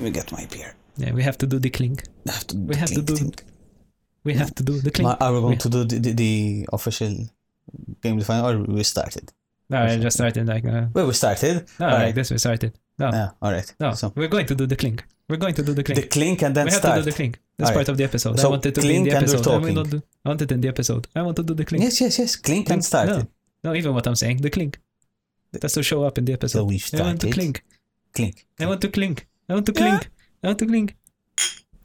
we got my beer. Yeah, we have to do the clink. I have to do We the have to clink do thing. We have to do the clink. Ma- Are we We- going to do the, the, the official game the final, or we started? No, I just started like uh, Well, we started. no, all like right. this we started. No, Yeah, all right. no, So we're going to do the clink. We're going to do the the Oh. clink. clink and then we have start. to do the clink. That's Alright. part of the episode. I So wanted to be in clink the and we're episode. I will talking. not do- I want it in the episode. I want to do the clink. Yes, yes, yes. Clink and Clink. started. No, no, even what I'm saying, the clink. That's to show up in the episode. So we I want to started. clink. Clink. I want to clink. I want to Yeah. clink. I want to clink.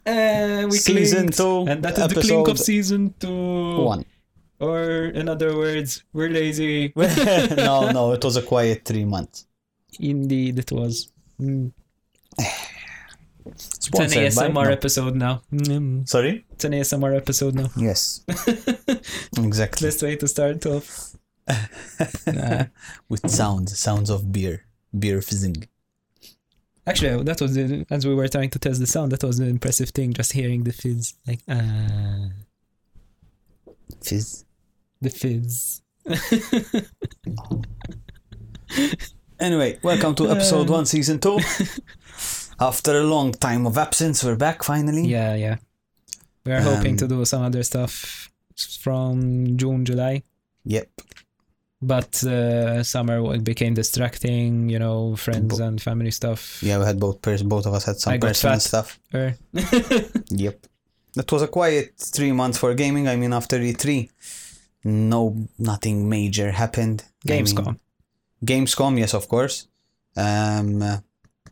And we Season clinked. two. And that is the episode clink of season two. one. Or in other words, we're lazy. no, no, it was a quiet three months. Indeed, it was. Mm. It's an Sponsored by- ASMR no. episode now. Mm. Sorry. It's an ASMR episode now. Yes. exactly. Best way to start off. Nah. With sounds, sounds of beer, beer fizzing. Actually, that was the, as we were trying to test the sound. That was an impressive thing. Just hearing the fizz, like ah, Fizz. the fizz. Anyway, welcome to episode one, season two. After a long time of absence, we're back finally. Yeah, yeah. We are hoping Um, to do some other stuff from June, July, Yep. but uh, summer wa- became distracting. You know, friends and family stuff. Er, Yeah, we had both pers- both of us had some I got personal fat. stuff. Or- Yep. That was a quiet three months for gaming. I mean, after E3, no, nothing major happened. I mean, Gamescom. Gamescom, yes, of course. Um, uh,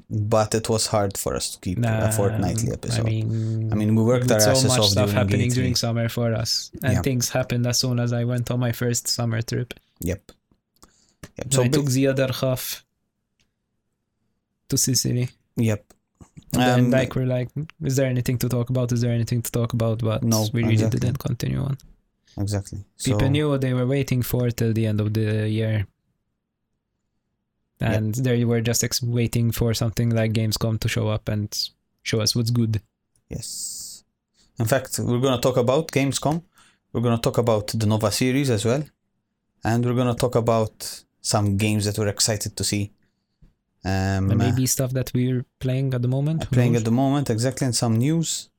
but it was hard for us to keep Nah, a fortnightly episode. I mean, I mean, we worked with our asses so much off stuff during E happening E3. during summer for us, and Yeah. things happened as soon as I went on my first summer trip. Yep. Yep. So So I big- took the other half to Sicily. yep. And then Um, like we're like, is there anything to talk about? Is there anything to talk about? But No, we really exactly. didn't continue on. exactly. So, People knew what they were waiting for till the end of the year. Yep. And they were just ex- waiting for something like Gamescom to show up and show us what's good. Yes. In fact, we're gonna talk about Gamescom. We're gonna talk about the Nova series as well, and we're gonna talk about some games that we're excited to see. Um, And maybe stuff that we're playing at the moment. uh, who playing knows? at the moment, exactly, and some news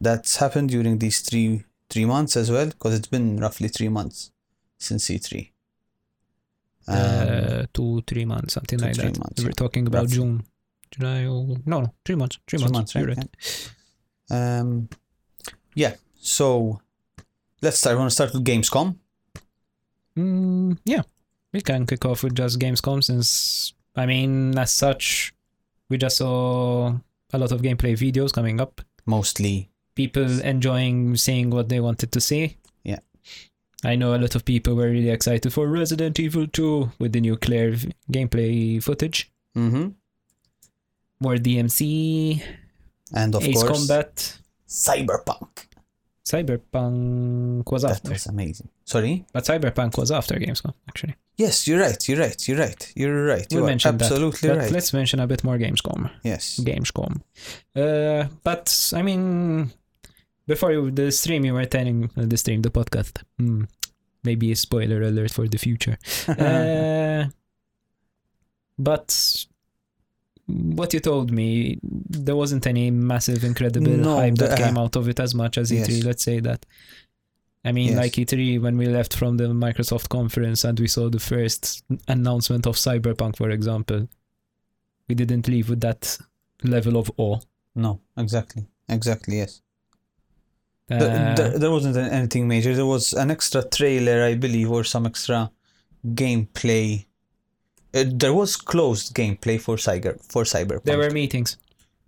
that's happened during these three three months as well, because it's been roughly three months since E E3. Um, uh, two, three months, something two, like three that. months, we were yeah. talking about Roughly. June, July, or, no, no, three months, three, Three months, months, right, You're right. Um, yeah, so let's start. I want to start with Gamescom. Mm, yeah, we can kick off with just Gamescom since, I mean, as such, we just saw a lot of gameplay videos coming up. Mostly, People enjoying seeing what they wanted to see. Yeah. I know a lot of people were really excited for Resident Evil 2 with the new clear v- gameplay footage. mm-hmm. More DMC, and of Ace course, Combat, Cyberpunk. Cyberpunk was That after. was amazing. Sorry. But Cyberpunk was after Gamescom, actually. Yes, you're right. You're right. You're right. You're right. We You are mentioned that. absolutely But right. let's mention a bit more Gamescom. Yes. Gamescom. Uh, but I mean, before you- the stream, you were telling uh, the stream, the podcast. Hmm. maybe a spoiler alert for the future. Uh, but what you told me, there wasn't any massive, incredible No, hype that the- uh, came out of it as much as Yes. E3. Let's say that. I mean, Yes. like E3, when we left from the Microsoft conference and we saw the first announcement of Cyberpunk, for example, we didn't leave with that level of awe. no. Exactly. Exactly. Yes. Uh, Th- there, there wasn't an- anything major. There was an extra trailer, I believe, or some extra gameplay. Uh, there was closed gameplay for Cyber for Cyberpunk, there were meetings.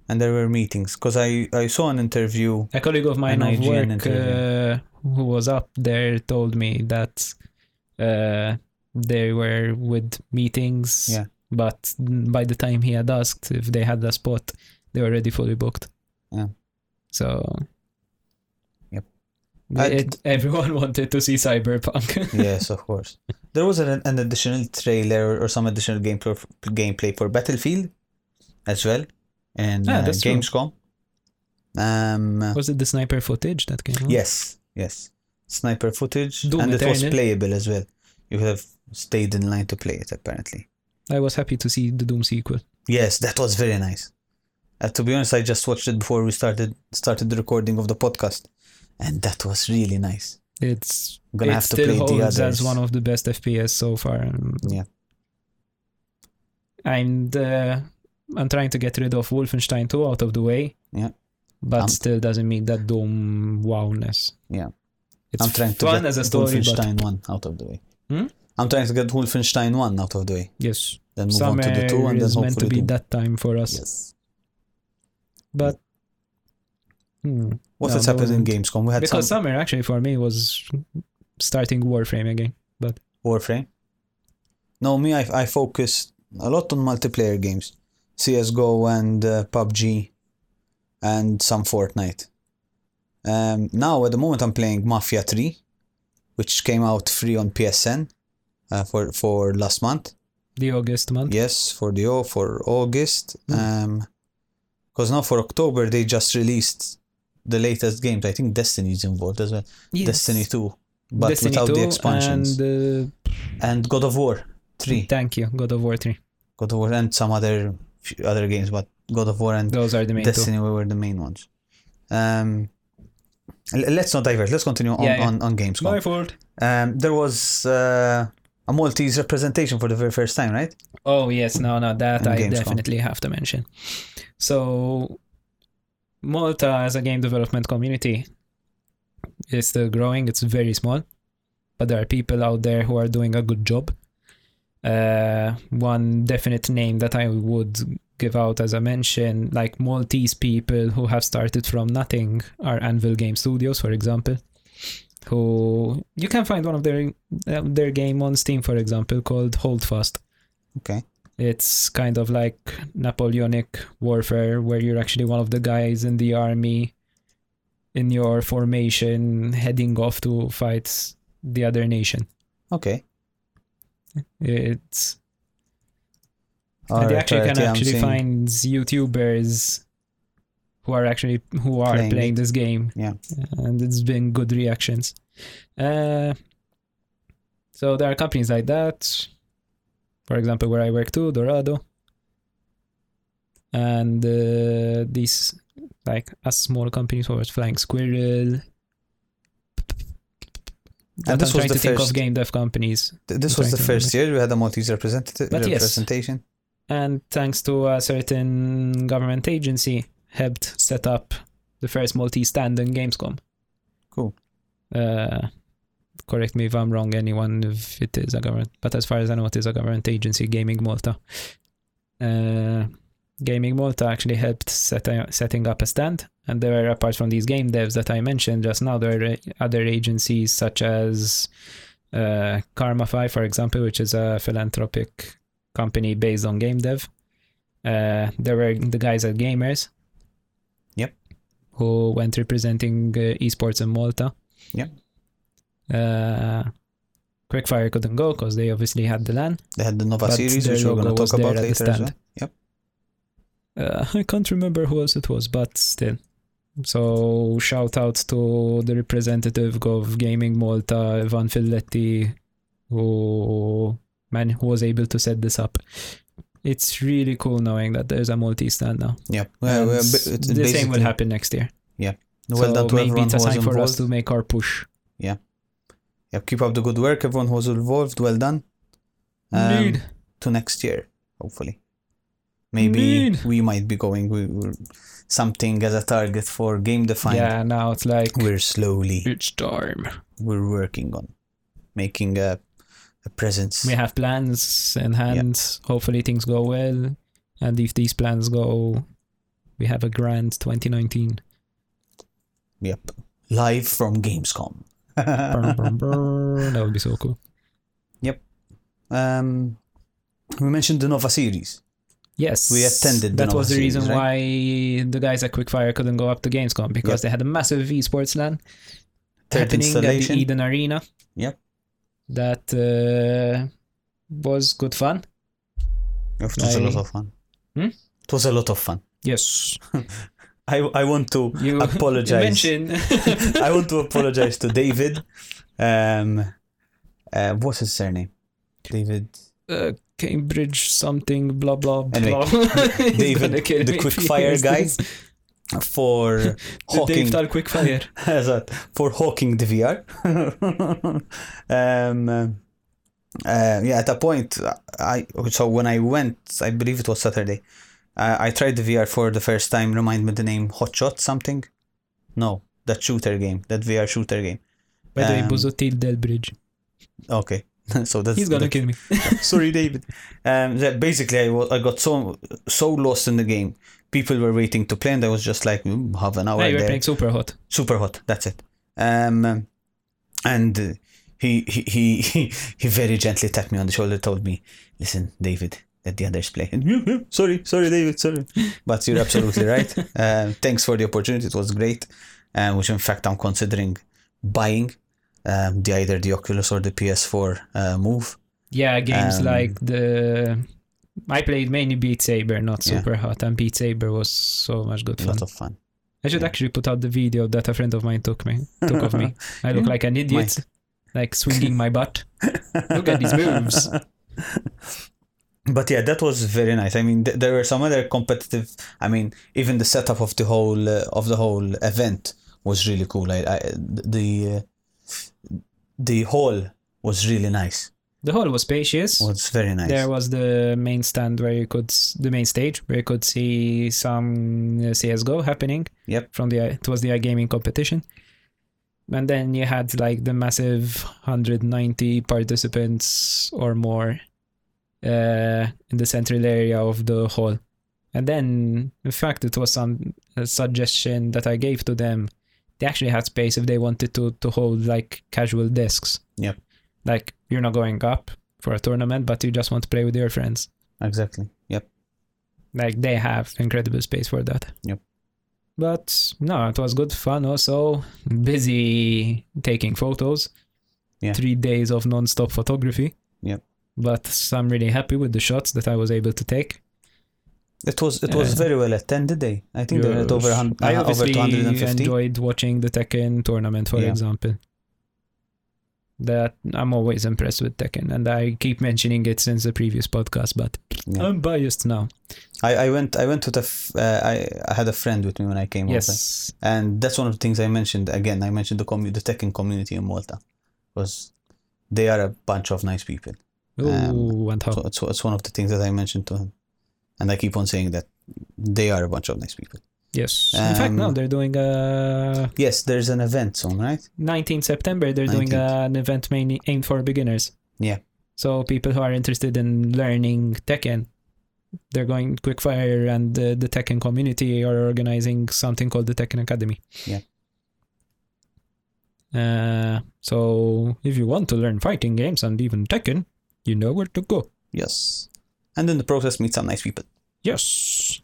and there were meetings because I, I saw an interview. A colleague of mine An of IGN work uh, interview. who was up there told me that uh, they were with meetings, Yeah. but by the time he had asked if they had a spot, they were already fully booked. Yeah. So. Yep. the- I- it- everyone wanted to see Cyberpunk. yes, of course. There was an, an additional trailer or some additional gameplay gameplay for Battlefield as well, and Ah, uh, that's true. Gamescom. Um, was it the sniper footage that came out? yes, yes, sniper footage, Mm-hmm. Doom and it was Eternal. playable as well. You could have stayed in line to play it apparently. I was happy to see the Doom sequel. Yes, that was very nice. Uh, to be honest, I just watched it before we started started the recording of the podcast, and that was really nice. It's I'm gonna it have to still play the others. holds as one of the best FPS so far. Yeah. And uh, I'm trying to get rid of Wolfenstein 2 out of the way. Yeah. But I'm- still doesn't mean that Doom wowness. Yeah. It's I'm trying to fun get as a story, but Wolfenstein one out of the way. Hmm? I'm trying to get Wolfenstein one out of the way, yes, then move on summer to the two, and then is meant to hopefully be Doom. that time for us. Yes. But hmm. What No, has that happened in Gamescom? We had because some summer actually for me was starting Warframe again. Warframe. No, me, I, I focused a lot on multiplayer games, CS:GO and uh, PUBG, and some Fortnite. Um, now at the moment I'm playing Mafia Three, which came out free on PSN, uh, for for last month. The August month. Yes, for the O for August. Mm. Um, because now for October they just released the latest games. I think Destiny is involved as well. Destiny two, but Destiny without 2 the expansions. And, And uh, God of War three, Thank you, God of War 3. God of War and some other few other games, but God of War and Those are the main Destiny were the main ones. Um, l- let's not divert. Let's continue on Yeah, yeah. on on two. Gamescom. fault. Um, there was uh, a Maltese representation for the very first time, right? Oh yes, no, no, that And I Gamescom. definitely have to mention. So Malta as a game development community is still growing. It's very small, but there are people out there who are doing a good job. Uh, one definite name that I would give out as a mention, like Maltese people who have started from nothing, are Anvil Game Studios, for example. Who you can find one of their uh, their game on Steam, for example, called Holdfast. Okay. It's kind of like Napoleonic warfare, where you're actually one of the guys in the army in your formation heading off to fight the other nation. Okay. It's All and they right, actually all right, can yeah, I'm actually seeing- find YouTubers who are actually who are Playing playing, it. this game. Yeah. and it's been good reactions. Uh, so there are companies like that. For example, where I work too, Dorado, and uh, these like a small companies for Flying Squirrel. this That I'm was trying the to think first- of game dev companies. Th- this I'm was the trying to first year we had a Maltese representative But yes. representation. and thanks to a certain government agency, helped set up the first Maltese stand in Gamescom. Cool. Uh, correct me if I'm wrong, anyone, if it is a government, but as far as I know, it is a government agency, Gaming Malta. Uh, Gaming Malta actually helped set setting up a stand, and there are, apart from these game devs that I mentioned just now, there are other agencies such as uh, Karmafy, for example, which is a philanthropic company based on game dev. Uh, there were the guys at Gamers. Yep. Who went representing uh, esports in Malta. Yep. Uh, Quickfire couldn't go because they obviously had the LAN. They had the Nova But series, their which we're going logo to was talk there about at the later as stand. well. Yep. Uh, I can't remember who else it was, but still. So shout out to the representative of Gaming Malta, Van Filletti, who man who was able to set this up. It's really cool knowing that there's a multi stand now. Yep. Well, And well, s- ba- it's the same will basically- happen next year. Well so done to maybe everyone it's a who was sign for us involved. to make our push. Yep. Keep up the good work, everyone who was involved. Well done. Um, Indeed. To next year, hopefully. Maybe Indeed. we might be going we, we're something as a target for game defined. Yeah, now it's like We're slowly it's time. we're working on making a, a presence. We have plans in hand. Hopefully things go well, and if these plans go, we have a grand 2019. Yep. Live from Gamescom. Brr, brr, brr. that would be so cool. Um, we mentioned the Nova series. Yes, We attended the That was the Nova reason series, why the guys at Quickfire couldn't go up to Gamescom because they had a massive esports LAN Third happening at the installation. Eden Arena. Yep. That uh, was good fun. It was a lot I- of fun. Hmm? It was a lot of fun. Yes. I, I want to You Apologize. You mentioned I want to apologize to David. Um, uh, what's his surname? David. uh, Cambridge something blah blah Anyway, blah. He's David, gonna kill the me quick if he fire hears guy this. for The Dave hawking Tal quick fire. as that for hawking the VR. um, uh, yeah, at that point, I so when I went, I believe it was Saturday. I, I tried the VR for the first time. Remind me the name Hot Shot something? No, that shooter game, that VR shooter game. By the way, Um, Bozotil Delbridge. Okay, so that's He's gonna that's- kill me. Sorry, David. Um, that basically, I wa- I got so so lost in the game. People were waiting to play, and I was just like, "Mm, half an hour. Hey, we're there." playing super hot. super hot that's it um and uh, he he he he- he very gently tapped me on the shoulder told me listen david let the others play And, "Yeah, yeah, sorry sorry david sorry but you're absolutely right um, thanks for the opportunity it was great um, which in fact i'm considering buying um, the either the oculus or the ps4 uh, move Yeah, games Um, like the. I played mainly Beat Saber, not Yeah. Super Hot, and Beat Saber was so much good a fun. lot of fun I should yeah. actually put out the video that a friend of mine took me took of me. I look Yeah. like an idiot, like swinging my butt. Look at these moves. but yeah that was very nice i mean th- there were some other competitive i mean even the setup of the whole uh, of the whole event was really cool i, I the uh, the hall was really nice The hall was spacious. was very nice There was the main stand where you could, s- the main stage where you could see some uh, CS:GO happening. Yep. From the it was the iGaming competition, and then you had like the massive 190 participants or more uh, in the central area of the hall, and then in fact it was some a suggestion that I gave to them. They actually had space if they wanted to to hold like casual desks. Yep. Like you're not going up for a tournament, but you just want to play with your friends. exactly yep Like they have incredible space for that. Yep. But no, it was good fun. Also, busy taking photos. Yeah. Three days of non-stop photography. Yep. But I'm really happy with the shots that I was able to take. it was it was Uh, very well attended day i think they Yours. had over 100, I uh, over obviously 250 enjoyed watching the Tekken tournament, for Yeah. example. That I'm always impressed with Tekken, and I keep mentioning it since the previous podcast, but Yeah. I'm biased now. I, I went i went to the f- uh, I, I had a friend with me when i came over Yes, and that's one of the things I mentioned again. I mentioned the commu- the Tekken community in Malta, was they are a bunch of nice people. Ooh, Um, and how? So it's, it's one of the things that I mentioned to him, and I keep on saying that they are a bunch of nice people. yes. In fact, no, um, they're doing a Yes, there's an event soon, right? 19 September. They're doing 19th. an event mainly aimed for beginners. Yeah. So people who are interested in learning Tekken, they're going Quickfire and uh, the Tekken community are organizing something called the Tekken Academy. Yeah. Uh, so if you want to learn fighting games and even Tekken, you know where to go. Yes, and in the process meet some nice people. Yes.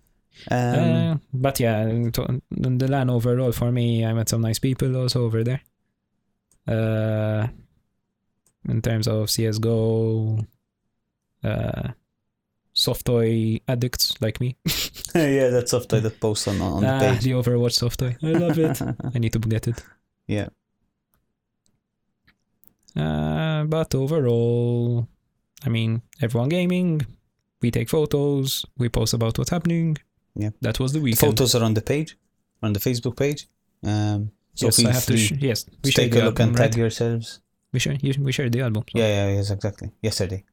Um, uh, but yeah, in to- in the LAN overall for me, I met some nice people also over there. Uh, in terms of CS:GO, uh, soft toy addicts like me. yeah, that software that posts on on the Ah, page. the Overwatch soft toy, I love it. I need to get it. Yeah. Uh, but overall, I mean, everyone gaming. We take photos. We post about what's happening. Yeah. That was the The weekend. photos are on the page, on the Facebook page. Um, so yes, feel I have to. free Sh- yes, to we take shared a the look album, and right? tag yourselves. We share, you, we share the album. so- Yeah, yeah, yes, exactly. Yesterday.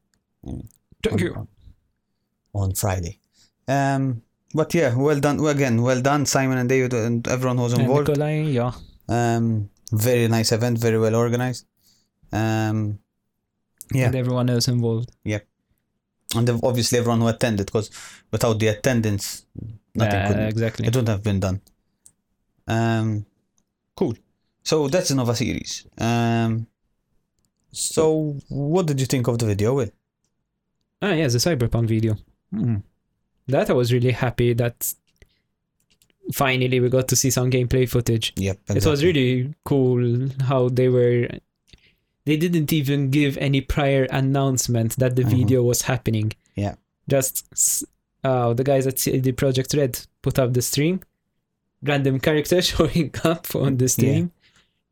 Thank on- you. on- On Friday. Um, but yeah, well done well, again. Well done, Simon and David and everyone who was And involved. Nikolai, yeah. Um, very nice event, very well organized. Um, Yeah. And everyone else involved. and then obviously everyone who attended, because without the attendance, nothing Yeah, could exactly. it wouldn't have been done. Um, cool. So that's the Nova series. Um, so what did you think of the video? Will? Ah, yes, the Cyberpunk video. Hmm. That I was really happy that finally we got to see some gameplay footage. Yep. It was exactly. really cool how they were. They didn't even give any prior announcement that the Mhm. video was happening. Yeah. Just s- uh, the guys at CD Project Red put up the stream, random characters showing up on the stream.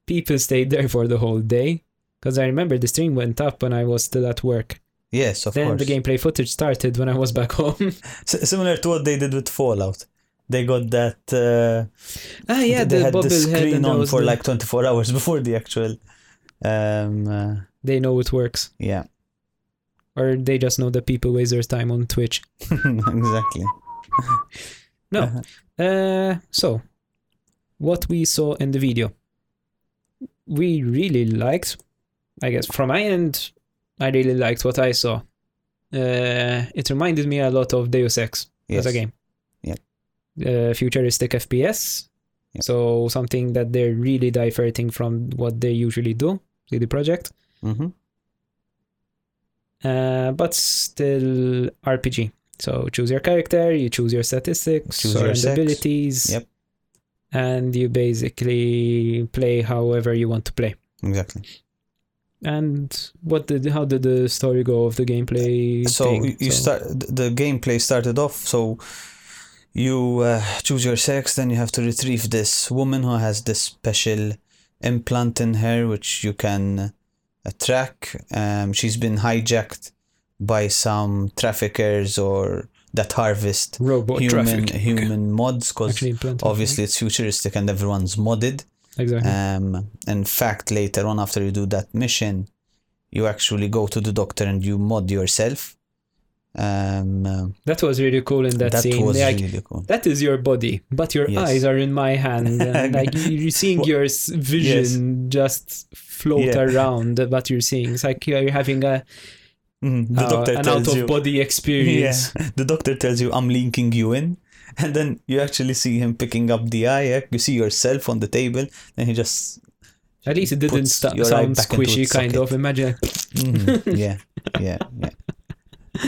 People stayed there for the whole day because I remember the stream went up when I was still at work. Yes, of then course. the gameplay footage started when I was back home. S- similar to what they did with Fallout. They got that. Uh, ah, yeah, they the had the bubble head screen and that on was for the- like 24 hours before the actual. Um, uh, they know it works, yeah, or they just know that people waste their time on Twitch. exactly. No. Uh, so, what we saw in the video, we really liked. I guess from my end, I really liked what I saw. Uh, it reminded me a lot of Deus Ex Yes. as a game. Yep. Uh, futuristic FPS. Yep. So something that they're really diverting from what they usually do, CD Project, Mm-hmm. uh, but still RPG. So choose your character, you choose your statistics, Choose or your sex. abilities, Yep. and you basically play however you want to play. Exactly. And what did how did the story go of the gameplay? so thing? you- you So- start th- the gameplay started off so you uh, choose your sex then you have to retrieve this woman who has this special implant in her which you can uh, track um, she's been hijacked by some traffickers or that harvest robot human traffic. human mods because Actually, implanted. obviously it's futuristic and everyone's modded exactly. um, in fact, later on, after you do that mission, you actually go to the doctor and you mod yourself. Um, uh, that was really cool in that, that scene. was Like, really cool. that is your body, but your Yes. eyes are in my hand. And like you're seeing Well, your s- vision just float Yeah. around, but you're seeing it's like you're having a Mhm, The uh, doctor an out tells of you. body experience. Yeah, the doctor tells you, "I'm linking you in," and then you actually see him picking up the eye. yeah, You see yourself on the table, and he just At least it didn't Puts st- your eye sound back into squishy, its kind socket. of. Imagine Mhm, yeah, yeah, yeah.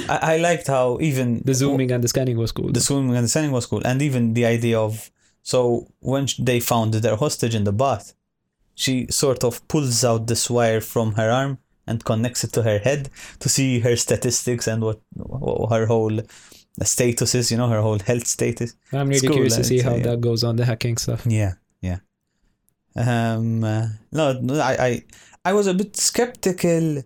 I, I liked how even the zooming and the scanning was cool. the swimming and the sailing was cool, and even the idea of so when sh- they found their hostage in the bath, she sort of pulls out this wire from her arm and connects it to her head to see her statistics and what, what her whole status is. You know, her whole health status. I'm it's really cool, curious to I'd see how say, yeah. that goes on the hacking stuff. Yeah, yeah. Um, uh, no, no, I, I, I was a bit skeptical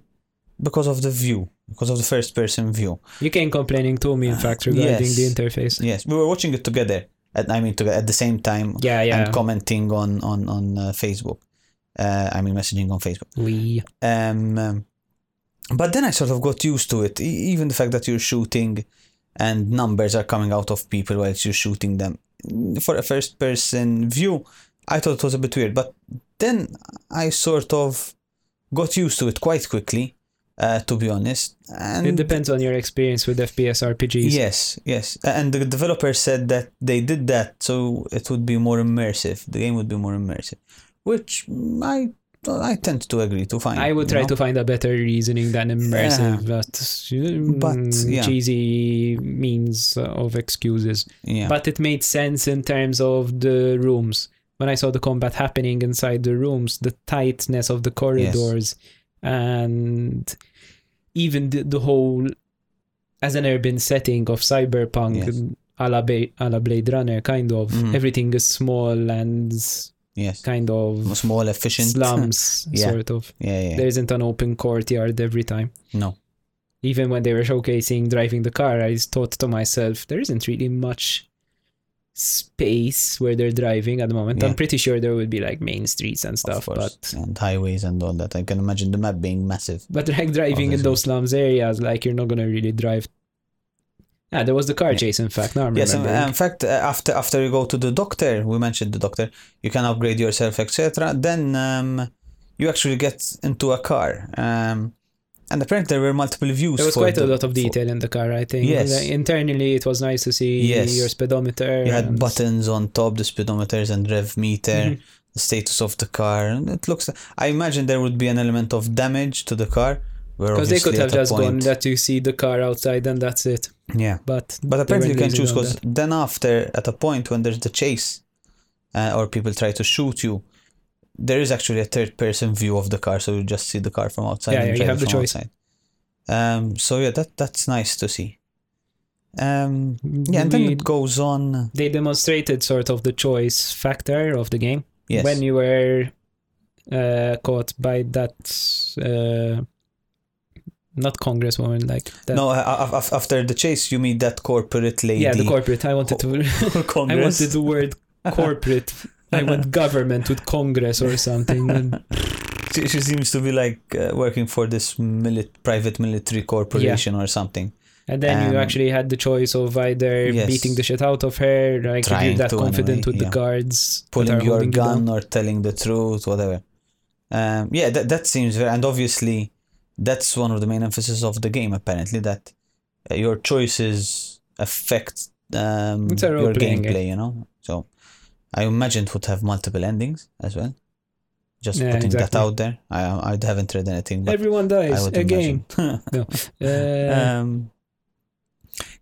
because of the view, because of the first person view. You came complaining to me, in fact, regarding Yes. the interface. Yes, we were watching it together. At, I mean, together at the same time Yeah, yeah. and commenting on on on uh, Facebook. Uh, I mean, messaging on Facebook. we Um, um, but then I sort of got used to it. E- even the fact that you're shooting, and numbers are coming out of people whilst you're shooting them. mm, For a first-person view, I thought it was a bit weird. But then I sort of got used to it quite quickly. Uh, to be honest, and it depends on your experience with FPS RPGs. Yes, yes. A- And the developer said that they did that so it would be more immersive. The game would be more immersive, which mm, I I tend to agree to. Fine. I would try you to know? find a better reasoning than immersive, but, mm, But, yeah. cheesy means of excuses. Yeah. But it made sense in terms of the rooms. When I saw the combat happening inside the rooms, the tightness of the corridors, and even the, the whole as an urban setting of cyberpunk, Yes. a, la Ba- a la Blade Runner, kind of Mhm. everything is small and yes. kind of Small, efficient. slums, Yeah. sort of. yeah, yeah. There isn't an open courtyard every time. No. Even when they were showcasing driving the car, I thought to myself, there isn't really much space where they're driving at the moment. Yeah. I'm pretty sure there would be like main streets and Of stuff, course. but And highways and all that. I can imagine the map being massive. but like driving in Obviously. those slums areas, like you're not gonna really drive. Ah, there was the car Yeah. chase. In fact, now I'm Yes, in, remembering. in fact, uh, after after you go to the doctor, we mentioned the doctor, you can upgrade yourself, etc. Then um, you actually get into a car. Um, and apparently there were multiple views. there was for quite a the- lot of for- detail in the car. I think. Yes. Like, internally, it was nice to see Yes. your speedometer. You had and- buttons on top, the speedometers and rev meter, Mhm. the status of the car. And it looks. I imagine there would be an element of damage to the car. because they could have just gone point, that you see the car outside and that's it. Yeah, But but apparently you weren't can using choose all because then after at a point when there's the chase, uh, or people try to shoot you, there is actually a third-person view of the car, so you just see the car from outside. Yeah, and yeah, you drive it have the from choice. Outside. Um. So yeah, that that's nice to see. Um. Yeah, and then We- it goes on. they demonstrated sort of the choice factor of the game Yes. when you were uh, caught by that uh, not congresswoman like that. No, a- a- af- after the chase, you mean that corporate lady. yeah, the corporate. I wanted to. I Congress. wanted the word corporate. I want government with Congress or something. She, she seems to be like uh, working for this mili- private military corporation or something. And then you Um, actually had the choice of either yes. beating the shit out of her, like if Trying you're that to confident anyway, with yeah. the guards, that Pulling are your holding you down. gun or telling the truth, whatever. Um, yeah, that, that seems very. And obviously, that's one of the main emphasis of the game, apparently, that uh, your choices affect um, It's a your role-playing gameplay, game. you know? So I imagine it would have multiple endings as well. Just Yeah, putting that exactly. out there. I, I haven't read anything, but Everyone I dies would again. imagine. Uh, um,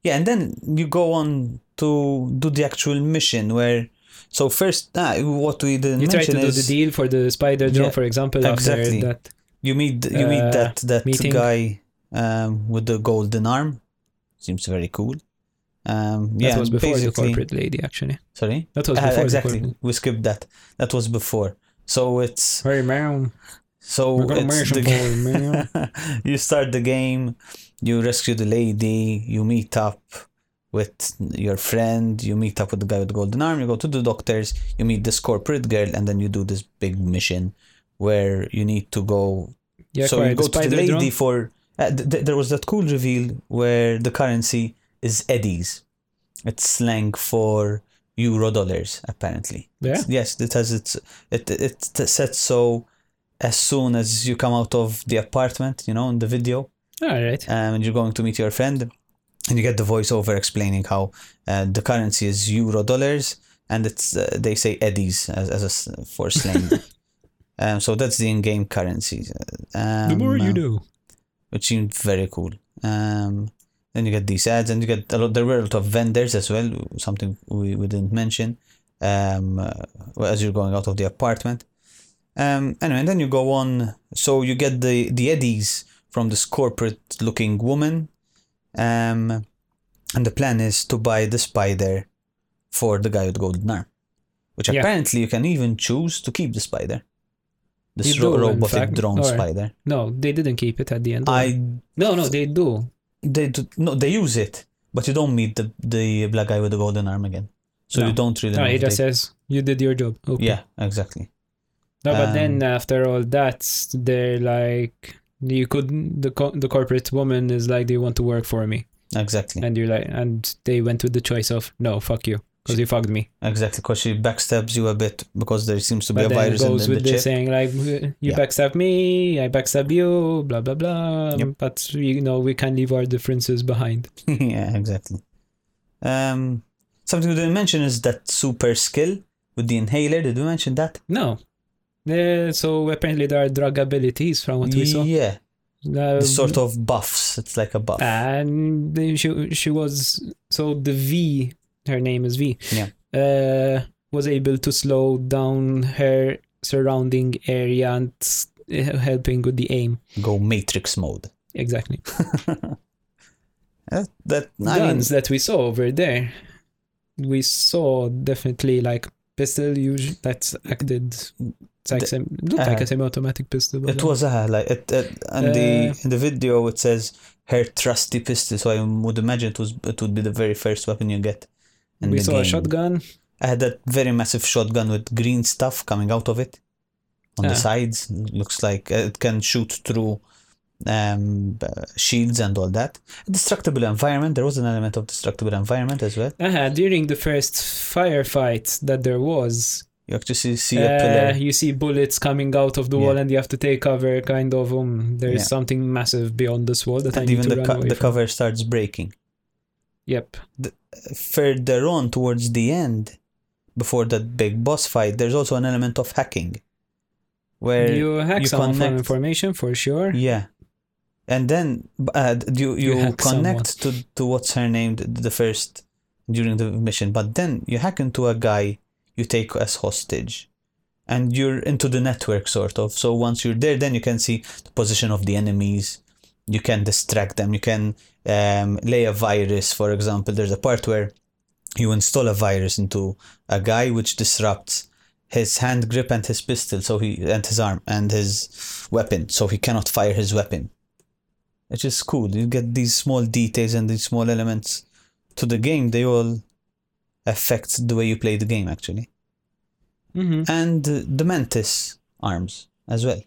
yeah, and then you go on to do the actual mission where. So first, ah, what we didn't you try to mention do is the deal for the spider drone, Yeah, for example. exactly. After that, you meet you meet uh, that that meeting. guy um, with the golden arm. Seems very cool. Um, that yeah, was before the basically- corporate lady. Actually, Sorry, that was Ah, before the exactly. corporate. We skipped that. That was before. So it's Sorry, ma'am. so We're gonna it's merge the, them for a minute. you start the game, you rescue the lady, you meet up with your friend, you meet up with the guy with the golden arm, you go to the doctors, you meet this corporate girl, and then you do this big mission where you need to go. You so you acquired go the to the spider lady drone. for. Uh, th- th- there was that cool reveal where the currency is eddies. It's slang for euro dollars, apparently. Yeah, Yes, it has its it it it's set so as soon as you come out of the apartment, you know, in the video, all right. um, and you're going to meet your friend, and you get the voiceover explaining how uh, the currency is euro dollars, and it's uh, they say eddies as as a s for slang. um, so that's the in-game currency. Um, the more uh, you know. which seemed very cool. Um, then you get these ads, and you get a lot. There were a lot of vendors as well. Something we, we didn't mention. Um, uh, as you're going out of the apartment. Um, anyway, and then you go on. So you get the the eddies from this corporate-looking woman. Um, and the plan is to buy the spider for the guy with golden arm, which Yeah. apparently you can even choose to keep the spider. This You do, ro- in robotic fact, drone or- spider. No, they didn't keep it at the end. I no, no, they do. they do no they use it but you don't meet the the black guy with the golden arm again so No. you don't really No, know he if just they- says you did your job. Okay. yeah exactly No, but Um, then after all that, they're like, you could the co- the corporate woman is like, do you want to work for me? exactly And you're like, and they went with the choice of no, fuck you, because you fucked me. exactly because she backstabs you a bit because there seems to be But a then it virus in, goes in the with the chip saying like, you Yeah. backstab me, I backstab you, blah blah blah. Yep. But you know, we can leave our differences behind. yeah exactly um something we didn't mention is that super skill with the inhaler did we mention that No. Uh, so apparently there are drug abilities from what we saw. yeah Uh, the sort of buffs it's like a buff Ah. and then she she was so the V her name is V Yeah. uh was able to slow down her surrounding area and s- helping with the aim go matrix mode exactly Uh, that I mean, guns that we saw over there we saw definitely like pistol usually that's acted it's like The- sem- looked like uh-huh. a semi-automatic pistol but It uh, was uh, like it, it and the in the video it says her trusty pistol, so I would imagine it was it would be the very first weapon you get. in we the saw a game. shotgun I had that very massive shotgun with green stuff coming out of it on the Ah. sides. Looks like it can shoot through um b- shields and all that. Destructible environment. There was an element of destructible environment as well. uh during the first firefight that there was You actually see, see a Uh, pillar. you see bullets coming out of the wall Yeah. and you have to take cover kind of um there is Yeah. something massive beyond this wall that I And need even to the, run co- away the from. cover starts breaking. yep further on towards the end, before that big boss fight, there's also an element of hacking. Where you hack uh, you someone for connect- information for sure yeah, and then b- uh, d- you You you, hack connect to to what's her name the, the first during the mission, but then you hack into a guy you take as hostage. And you're into the network sort of. So once you're there, then you can see the position of the enemies. You can distract them. You can um, lay a virus, for example. There's a part where you install a virus into a guy which disrupts his hand grip and his pistol so he and his arm and his weapon so he cannot fire his weapon It's just cool. You get these small details and these small elements to the game. They all affect the way you play the game, actually. Mm-hmm. And uh, the Mantis arms as well.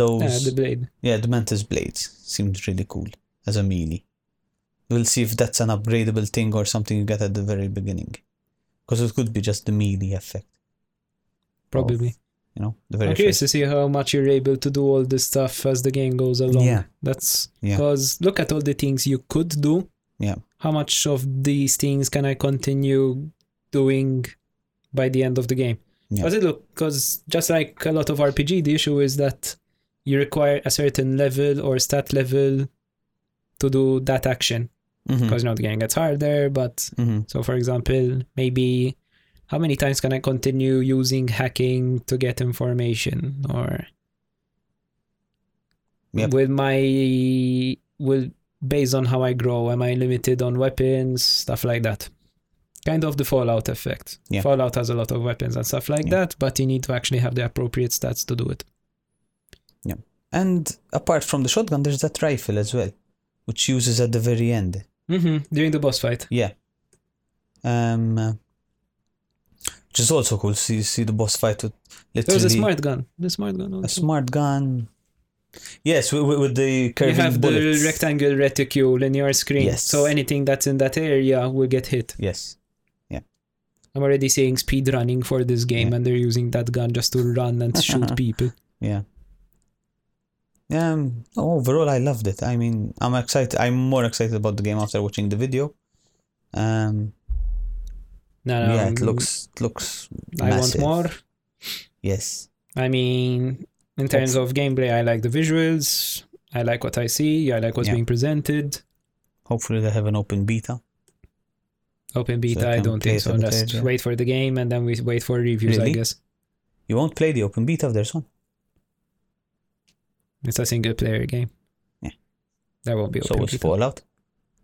Those Yeah, Uh, the blade. yeah, the Mantis blades seemed really cool as a melee. We'll see if that's an upgradable thing or something you get at the very beginning. Because it could be just the melee effect, Probably. you know? The very I'm curious to see how much you're able to do all this stuff as the game goes along. Yeah. That's Yeah. because look at all the things you could do. Yeah. How much of these things can I continue doing by the end of the game? Yeah. Because it look, because just like a lot of RPG, the issue is that you require a certain level or stat level to do that action. Mhm, Because you know the game gets harder, but mhm. so, for example, maybe how many times can I continue using hacking to get information, or Yep. will my will based on how I grow, am I limited on weapons, stuff like that? Kind of the Fallout effect. Yeah. Fallout has a lot of weapons and stuff like Yeah. that, but you need to actually have the appropriate stats to do it. And apart from the shotgun, there's that rifle as well, which uses at the very end. hmm During the boss fight. Yeah. Um, uh, which is also cool. See, see the boss fight with There literally was a smart gun. The smart gun. a Also. smart gun. Yes, with, with- with the You curving have bullets. the rectangle reticule in your screen, Yes. so anything that's in that area will get hit. yes, I'm already seeing speed running for this game, Yeah. and they're using that gun just to run and shoot people. yeah. Um. Overall, I loved it. I mean, I'm excited. I'm more excited about the game after watching the video. Um. No, no, yeah, it mm, looks it looks. I massive. want more. Yes. I mean, in terms of gameplay, I like the visuals. I like what I see. I like what's Yeah. being presented. Hopefully, they have an open beta. Open beta, So I I can don't play think it a so. bit Just later. wait for the game, and then we wait for reviews. Really? I guess You won't play the open beta of their song. it's a single player game. Yeah. There won't be open So it's beta. Fallout.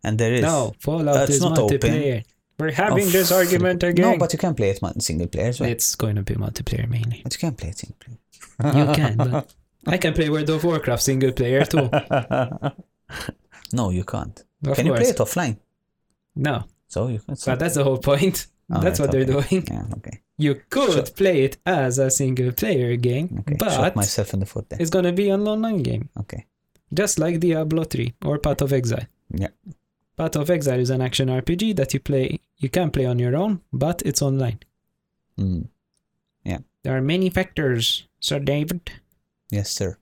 And there is. No, Fallout Uh, it's is not open. multiplayer. We're having Oh, this argument again. No, but you can play it in single player as well. it's going to be multiplayer mainly. But you can play it single player. You can, but I can play World of Warcraft single player too. no, you can't. oh. Of can you course. play it offline? No, So you can. So, but that's the whole point. All that's right, what they're doing. yeah, okay. You could Sure. play it as a single player game, Okay. Shot but myself in the foot there. it's going to be an online game, Okay. just like Diablo 3 or Path of Exile. Yeah. Path of Exile is an action RPG that you play, you can play on your own, but it's online. Mm. There are many factors, Sir David. Yes, sir.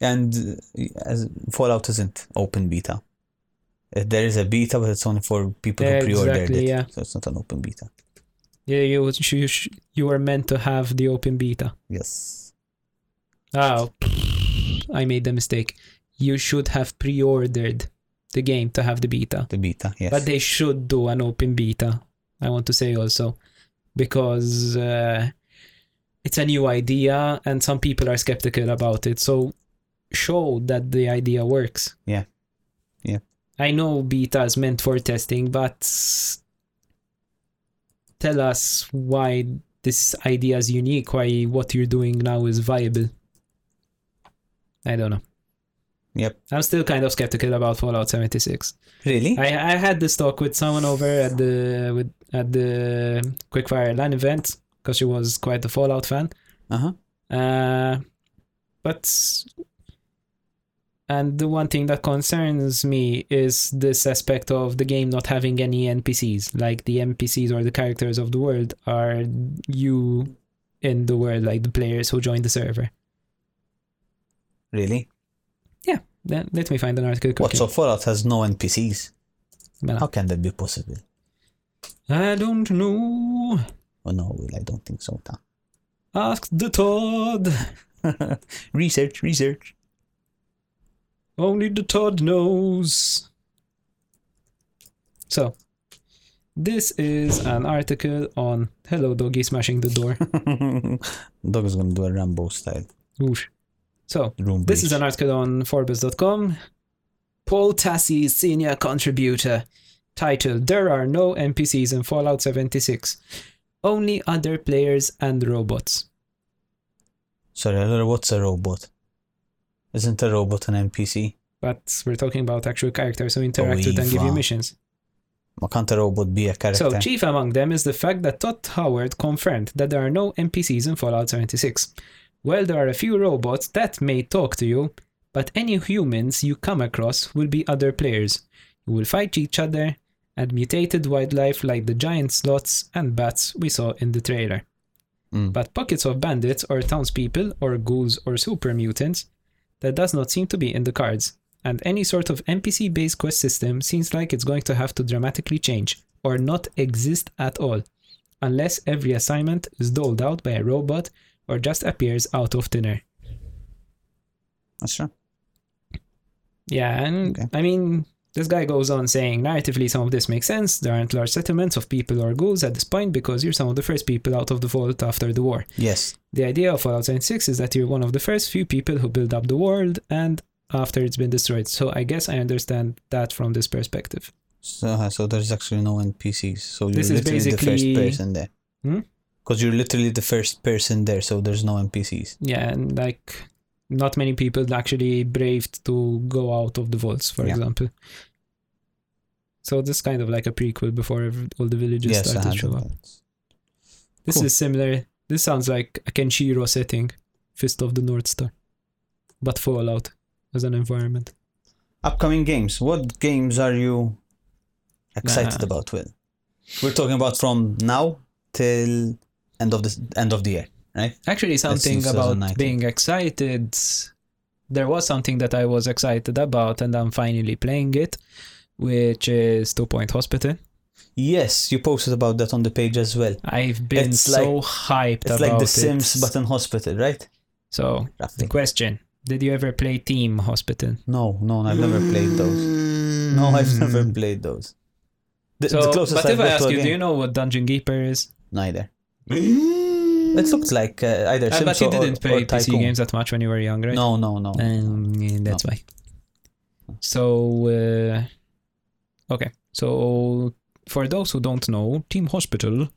And uh, as Fallout isn't open beta. Uh, There is a beta, but it's only for people Yeah, who pre-ordered exactly, it. yeah. So it's not an open beta. Yeah, you, was- you, sh- you were meant to have the open beta. Yes. Oh, I made the mistake. You should have pre ordered the game to have the beta. The beta. Yes. but they should do an open beta i want to say also because uh, it's a new idea and some people are skeptical about it so show that the idea works Yeah. Yeah. i know beta is meant for testing but tell us why this idea is unique why what you're doing now is viable i don't know Yep. i'm still kind of skeptical about fallout 76 Really? I, I had this talk with someone over at the with at the Quickfire LAN event because she was quite a Fallout fan. Uh huh. Uh, but and the one thing that concerns me is this aspect of the game not having any NPCs. Like the NPCs or the characters of the world are you in the world, like the players who join the server. Really? Let, let me find an article. What? quickly. So Fallout has no NPCs. Mela. How can that be possible? I don't know. Oh no, Will, I don't think so. Ta. Ask the Todd. research, research. Only the Todd knows. So, this is an article on Hello Doggy Smashing the Door. Dog is gonna do a Rambo style Oosh. So, room. this breach. is an article on Forbes.com. Paul Tassi, senior contributor. Title There are no NPCs in Fallout 76. Only other players and robots. Sorry, I don't know what's a robot. Isn't a robot an NPC? But we're talking about actual characters who interact with and give you Oiva. missions. Why can't a robot be a character? So, chief among them is the fact that Todd Howard confirmed that there are no NPCs in Fallout 76. Well, there are a few robots that may talk to you, but any humans you come across will be other players. You will fight each other and mutated wildlife like the giant sloths and bats we saw in the trailer. Mm. But pockets of bandits or townspeople or ghouls or super mutants, that does not seem to be in the cards and any sort of NPC based quest system seems like it's going to have to dramatically change or not exist at all, unless every assignment is doled out by a robot or just appears out of thin air. That's true. Yeah, and Okay. I mean, this guy goes on saying narratively some of this makes sense. There aren't large settlements of people or ghouls at this point because you're some of the first people out of the vault after the war. Yes. The idea of Fallout 76 is that you're one of the first few people who build up the world and after it's been destroyed. So I guess I understand that from this perspective. So, uh, so there's actually no NPCs. So you're This is literally the first basically- person there. Hmm? Because you're literally the first person there, so there's no NPCs. yeah and like not many people actually braved to go out of the vaults for Yeah. example so this is kind of like a prequel before ev- all the villages yes, start uh-huh, to show up that's- this cool. is similar this sounds like a kenshiro setting fist of the north star but fallout as an environment Upcoming games. What games are you excited Nah. about, Will? We're talking about from now till end of the end of the year, right? actually since something about 2019. being excited there was something that i was excited about and i'm finally playing it which is two point hospital Yes, you posted about that on the page as well. I've been It's so hyped It's about like The it. Sims, but in hospital, right? so the Roughly. question: Did you ever play Team Hospital? No, no, I've never played those. No, I've never played those. The, Hmm. So, the closest but I've if I got to ask a you, do game- you know what Dungeon Keeper is? neither. It Let's looked like uh, either I Sims bet you or, didn't or play PC Tycoon. games that much when you were young, right? No, no, no. Um, yeah, that's why. So, uh, okay. So, for those who don't know, Team Hospital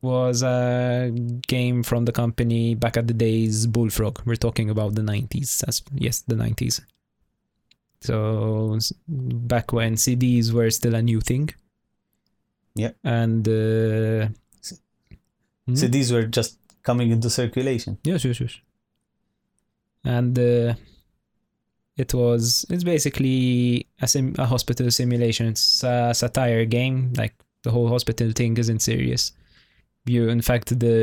was a game from the company back at the days Bullfrog. We're talking about the 90s. As, yes, the 90s. So, s- back when CDs were still a new thing. Yeah. And, uh, Hmm? So these were just coming into circulation. Yes, yes, yes. And uh, it was it's basically a, sim- a hospital simulation. It's a satire game. Like the whole hospital thing isn't serious. You, in fact, the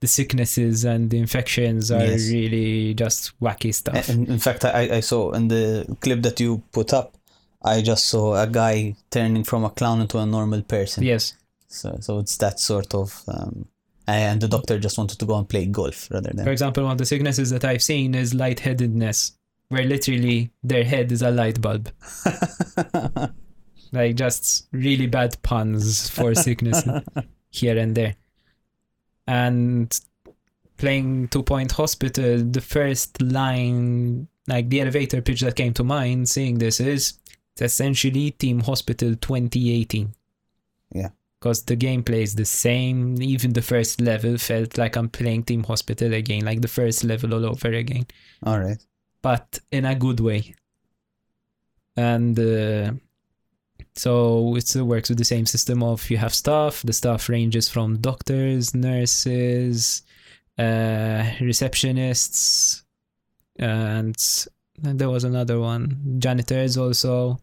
the sicknesses and the infections are Yes. really just wacky stuff. In, in fact, I, I saw in the clip that you put up, I just saw a guy turning from a clown into a normal person. yes, So, so it's that sort of. Um, and the doctor just wanted to go and play golf rather for than. example, one of the sicknesses that I've seen is lightheadedness, where literally their head is a light bulb. like just really bad puns for sickness here and there and playing two point hospital the first line like the elevator pitch that came to mind seeing this is it's essentially team hospital 2018 Yeah. because the gameplay is the same even the first level felt like i'm playing team hospital again like the first level all over again All right. but in a good way. And uh, so it still works with the same system of you have staff. The staff ranges from doctors, nurses, uh, receptionists, and there was another one, janitors also.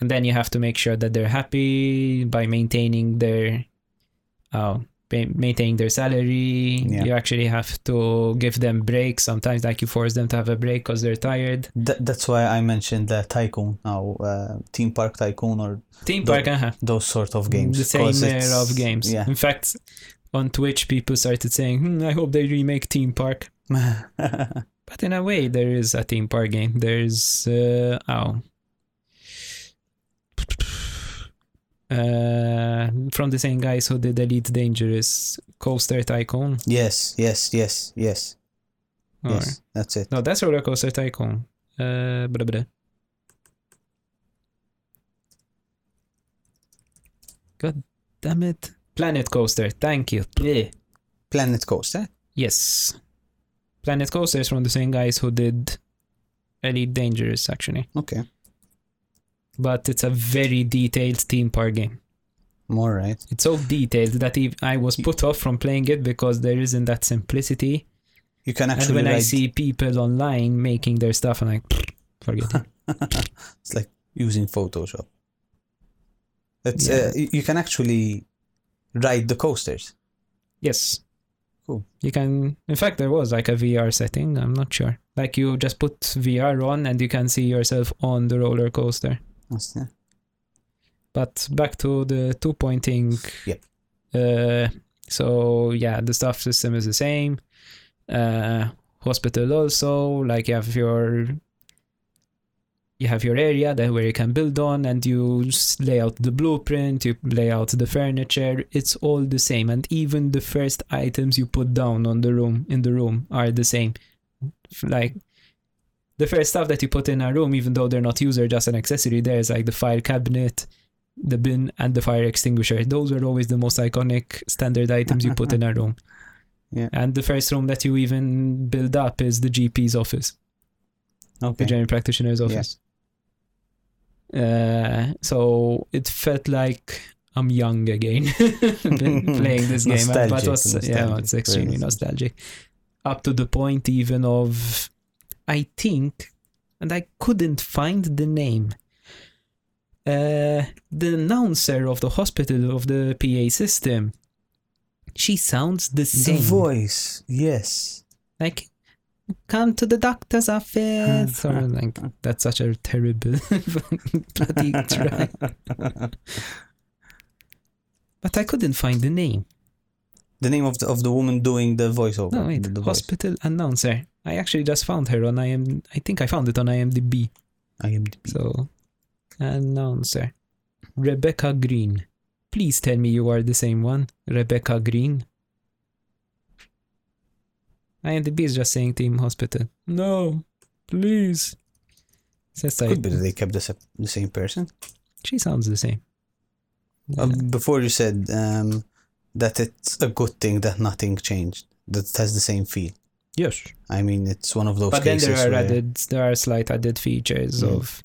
And then you have to make sure that they're happy by maintaining their, oh, pay, maintaining their salary. Yeah. You actually have to give them breaks sometimes, like you force them to have a break because they're tired. Th- that's why I mentioned the Tycoon now, uh, Theme Park Tycoon or Theme The- park, uh-huh. those sort of games. the same 'cause layer it's- of games. Yeah. In fact, on Twitch, people started saying, hmm, "I hope they remake Theme Park." But in a way, there is a theme park game. There's uh, oh, uh, from the same guys who did Elite Dangerous Coaster Tycoon. yes, yes, yes, yes, Or- yes. That's it. No, that's Roller Coaster Tycoon. Uh, blah, blah. God damn it! Planet Coaster. Thank you. Bleh. Planet eh? Coaster. Yes. Planet Coaster is from the same guys who did Elite Dangerous actually, Okay. but it's a very detailed theme park game. I'm all right. It's so detailed that ev- I was put off from playing it because there isn't that simplicity. You can And actually when I like, see people online making their stuff, I'm like, forget it. it's like using Photoshop. It's Yeah. uh, you you can actually ride the coasters. Yes. Cool. You can. In fact, there was like a VR setting. I'm not sure. Like you just put VR on and you can see yourself on the roller coaster. That's- yeah. But back to the two pointing. Yep. Uh, so yeah, the staff system is the same. Uh, hospital also like you have your you have your area that where you can build on and you s- lay out the blueprint you lay out the furniture it's all the same and even the first items you put down on the room in the room are the same like the first stuff that you put in a room even though they're not user just an accessory there's like the file cabinet the bin and the fire extinguisher those were always the most iconic standard items you put in a room Yeah. and the first room that you even build up is the gp's office the Okay. general practitioner's office. Uh, so it felt like I'm young again playing this game. and- Nostalgic, But it was, yeah, nostalgic, it's very extremely nostalgic. Up to the point even of, I think, and I couldn't find the name. Uh, the announcer of the hospital of the PA system, she sounds the The same. voice, yes. like come to the doctor's office or like that's such a terrible bloody try but i couldn't find the name The name of the, of the woman doing the voiceover. no wait the, the voice. hospital announcer i actually just found her on im i think i found it on imdb IMDb. so announcer rebecca green please tell me you are the same one rebecca green imdb is just saying team hospital no please since I Could be that they kept the, se- the same person. She sounds the same. Uh, before you said um, that it's a good thing that nothing changed, that it has the same feel. yes. I mean, it's one of those But then cases there are where added there are slight added features Mm. of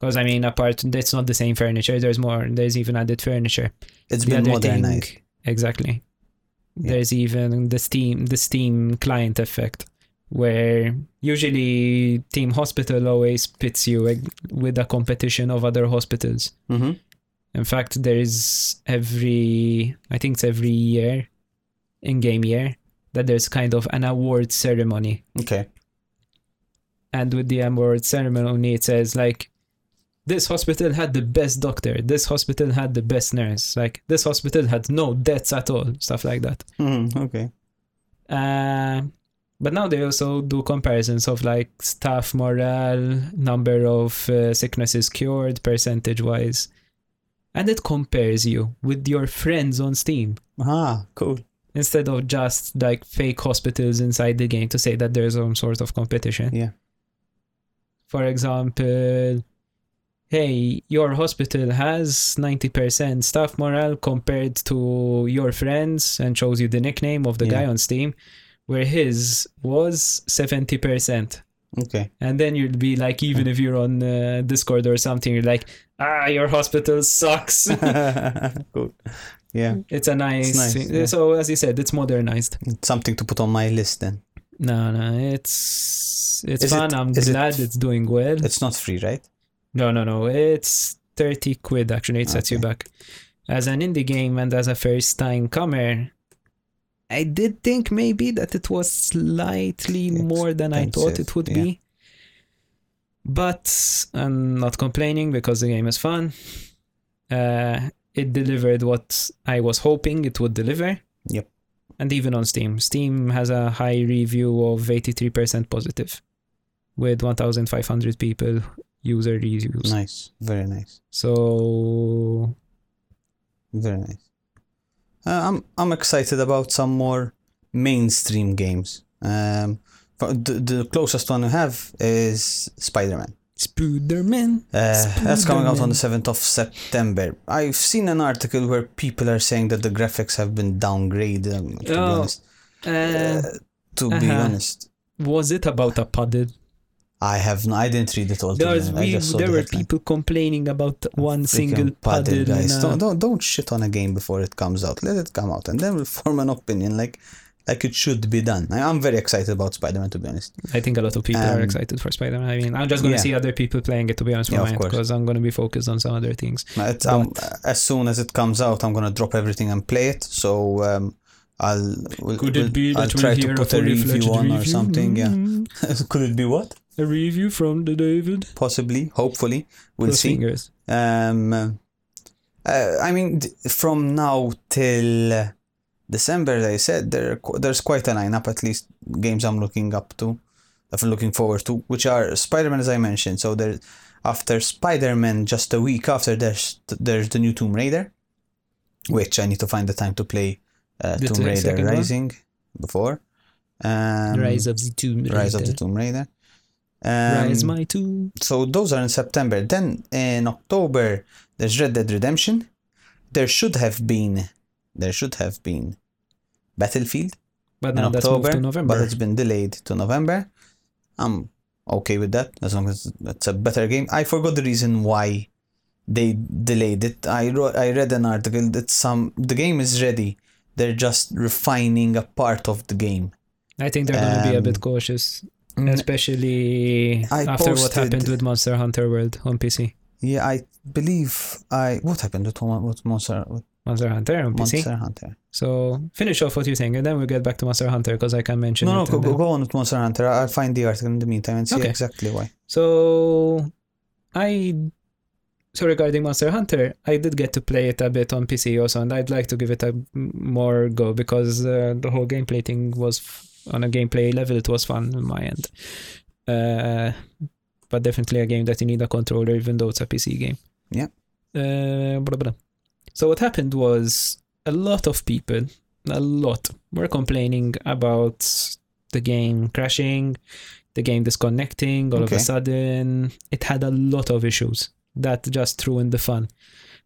because I mean apart that's not the same furniture, there's more there's even added furniture. it's The been other modernized. thing- exactly. Yeah. There's even the Steam the Steam client effect where usually Team Hospital always pits you like, with a competition of other hospitals. Mm-hmm. In fact, there is every I think it's every year in game year that there's kind of an award ceremony. Okay. And with the award ceremony it says like this hospital had the best doctor, this hospital had the best nurse, like this hospital had no deaths at all, stuff like that. Mm-hmm. Okay. Uh, but now they also do comparisons of like staff morale, number of uh, sicknesses cured, percentage wise. And it compares you with your friends on Steam Ah, cool. instead of just like fake hospitals inside the game to say that there's some sort of competition. Yeah. For example, hey, your hospital has 90% staff morale compared to your friends and shows you the nickname of the Yeah. guy on Steam, where his was 70%. Okay. And then you'd be like, even if you're on uh, Discord or something, you're like, ah, your hospital sucks. cool. Yeah. it's a nice, nice, thing. yeah. So, as you said, it's modernized. It's something to put on my list then. No, no, it's it's Is it- fun. I'm is it- glad it's doing well. It's not free, right? no, no, no. It's thirty quid actually. It sets you Okay. back. As an indie game and as a first time comer, I did think maybe that it was slightly more than I thought Expensive, it would yeah. be. But I'm not complaining because the game is fun. Uh, it delivered what I was hoping it would deliver. Yep. And even on Steam, Steam has a high review of 83% positive with 1,500 people user reviews. Nice. Very nice. So, Very nice. Uh, I'm I'm excited about some more mainstream games. Um, for the, the closest one I have is Spider-Man. Spider-Man. Uh, that's coming out on Spider-Man. the 7th of September. I've seen an article where people are saying that the graphics have been downgraded. um, To be Oh, honest, Uh, to be uh-huh. honest, was it about a puddle? I have no, I didn't read it all. There, was, together. I we, just saw there the were headline. people complaining about one Freaking single uh, paddle. guys. na- Don't, don't don't shit on a game before it comes out. Let it come out, and then we'll form an opinion like like it should be done. I, I'm very excited about Spider-Man to be honest. I think a lot of people are Um, excited for Spider Man. I mean, I'm just going to yeah. see other people playing it, to be honest Yeah, with of you, course. because I'm going to be focused on some other things. It's, um, as soon as it comes out, I'm gonna drop everything and play it. So um, I'll we'll, Could it be I'll that we try to hear put a a fully review fledged on or review? something. Yeah, Mm, could it be what? A review from the David. Possibly, hopefully, we'll Cross see. Fingers. Um, uh, I mean, d- from now till uh, December, as I said there are qu- there's quite a lineup. At least games I'm looking up to, that I'm looking forward to, which are Spider-Man, as I mentioned. So there, after Spider-Man, just a week after, there's there's the new Tomb Raider, which I need to find the time to play. Uh, The Tomb Raider second one? Rising, before. Um, Rise of the Tomb Raider. Rise of the Tomb Raider. Um, Rise my tomb. so those are in September. Then in October, there's Red Dead Redemption. There should have been, there should have been, Battlefield But in now that's moved October, to but November. it's been delayed to November. I'm okay with that as long as it's a better game. I forgot the reason why they delayed it. I wrote, I read an article that some the game is ready. They're just refining a part of the game. I think they're going to be a um, bit cautious, especially I after what posted- happened with Monster Hunter World on PC. Yeah, I believe I what happened with, Mon- with Monster with Monster Hunter on PC. Monster Hunter. So finish off what you think, and then we'll get back to Monster Hunter because I can mention. No, no, it go, and go, then- go on with Monster Hunter. I- I'll find the article in the meantime and see Okay. exactly why. So I so regarding Monster Hunter, I did get to play it a bit on PC also, and I'd like to give it a m- more go because uh, the whole gameplay thing was f- on a gameplay level. It was fun on my end, uh, but definitely a game that you need a controller, even though it's a PC game. Yeah. Uh, blah, blah. So what happened was a lot of people, a lot, were complaining about the game crashing, the game disconnecting all of a Okay. sudden. It had a lot of issues that just ruined the fun.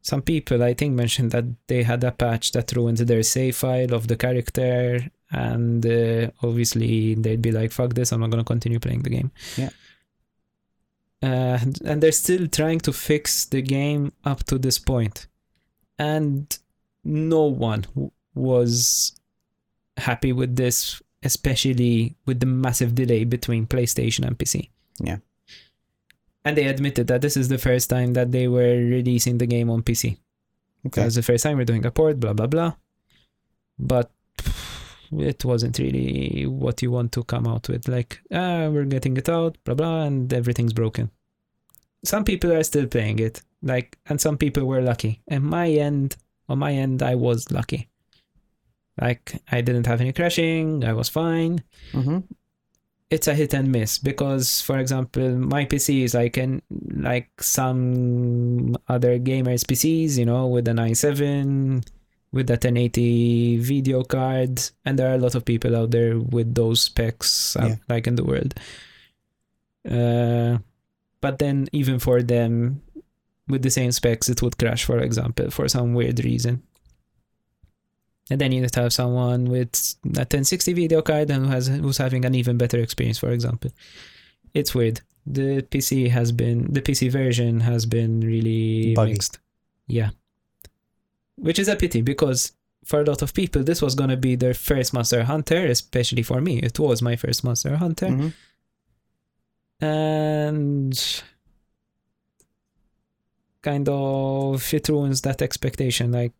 Some people, I think, mentioned that they had a patch that ruined their save file of the character, and uh, obviously they'd be like, "Fuck this! I'm not gonna continue playing the game." Yeah. Uh, and they're still trying to fix the game up to this point, and no one w- was happy with this, especially with the massive delay between PlayStation and PC. Yeah. And they admitted that this is the first time that they were releasing the game on PC. Okay. That's the first time we're doing a port, blah blah blah. But it wasn't really what you want to come out with. Like, ah, we're getting it out, blah blah, and everything's broken. Some people are still playing it, like, and some people were lucky. And my end, on my end, I was lucky. Like, I didn't have any crashing. I was fine Mm-hmm. it's a hit and miss because for example my pc is like an like some other gamers pcs you know with a 97 with a 1080 video card and there are a lot of people out there with those specs uh, Yeah. like in the world uh, but then even for them with the same specs it would crash for example for some weird reason and then you'd have someone with a 1060 video card and who has who's having an even better experience, for example. It's weird. The PC has been the PC version has been really Buggy. mixed. Yeah. Which is a pity because for a lot of people this was gonna be their first Monster Hunter, especially for me. It was my first Monster Hunter hmm and kind of it ruins that expectation like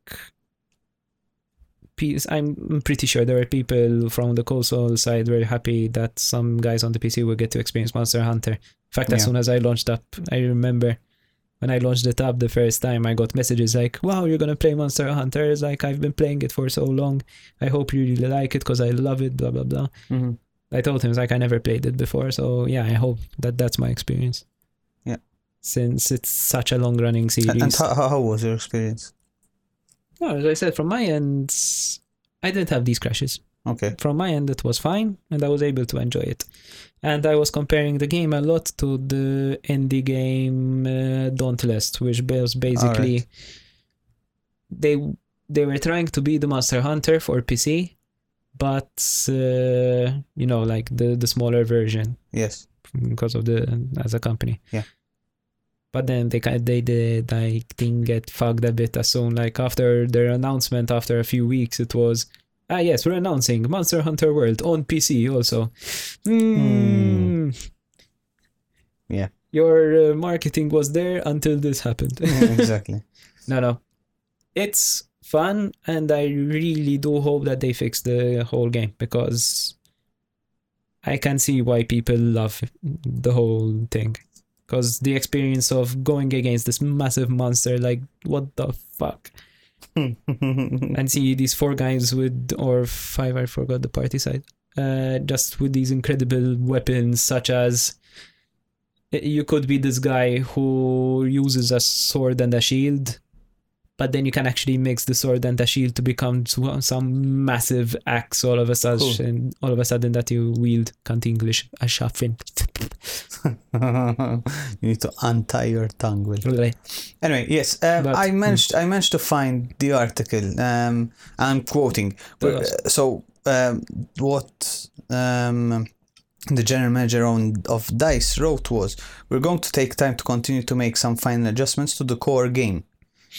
peace i'm pretty sure there were people from the console side were happy that some guys on the pc will get to experience monster hunter in fact as Yeah. soon as i launched up i remember when i launched it up the first time i got messages like wow you're gonna play monster hunter it's like i've been playing it for so long i hope you really like it because i love it blah blah blah hmm I told him like I never played it before, so yeah, I hope that that's my experience. Yeah. Since it's such a long running And, series. and how, how how was your experience? no, as I said, from my end, I didn't have these crashes. Okay. From my end, it was fine, and I was able to enjoy it. And I was comparing the game a lot to the indie game uh, Dauntless, which was basically they they were trying to be the Monster Hunter for PC, but uh, you know, like the the smaller version. Yes. because of the as a company. Yeah. But then they kind they did like thing get fucked a bit as soon like after their announcement after a few weeks it was ah yes we're announcing Monster Hunter World on PC also. Hmm. Yeah. Your uh, marketing was there until this happened. Yeah, exactly. No, no. It's fun, and I really do hope that they fix the whole game because I can see why people love the whole thing. Because the experience of going against this massive monster, like, what the fuck? And see these four guys with, or five, I forgot the party side, uh, just with these incredible weapons, such as eh, you could be this guy who uses a sword and a shield, but then you can actually mix the sword and the shield to become s- some massive axe all of a sudden all of a sudden that you wield can't English a shuffling. you need to untie your tongue, Will. Anyway, yes, um, But- I managed. I managed to find the article. Um, I'm quoting. Tell Uh, us. So, um, what um, the general manager on, of Dice wrote was, "We're going to take time to continue to make some final adjustments to the core game,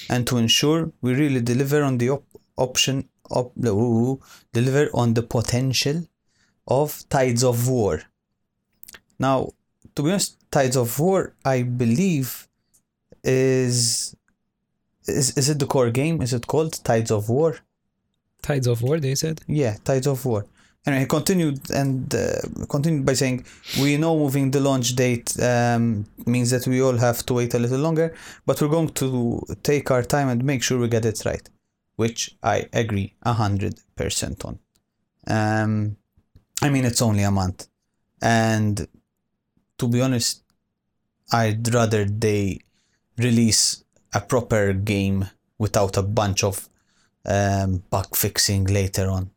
and to ensure we really deliver on the op- option op- ooh, deliver on the potential of Tides of War." Now, to be honest, Tides of War, I believe is is is it the core game? Is it called Tides of War? Tides of War they said Yeah, Tides of War. Anyway, he continued and uh, continued by saying, "We know moving the launch date um, means that we all have to wait a little longer, but we're going to take our time and make sure we get it right," which I agree a hundred percent on. Um, I mean, it's only a month, and to be honest, I'd rather they release a proper game without a bunch of um, bug fixing later on.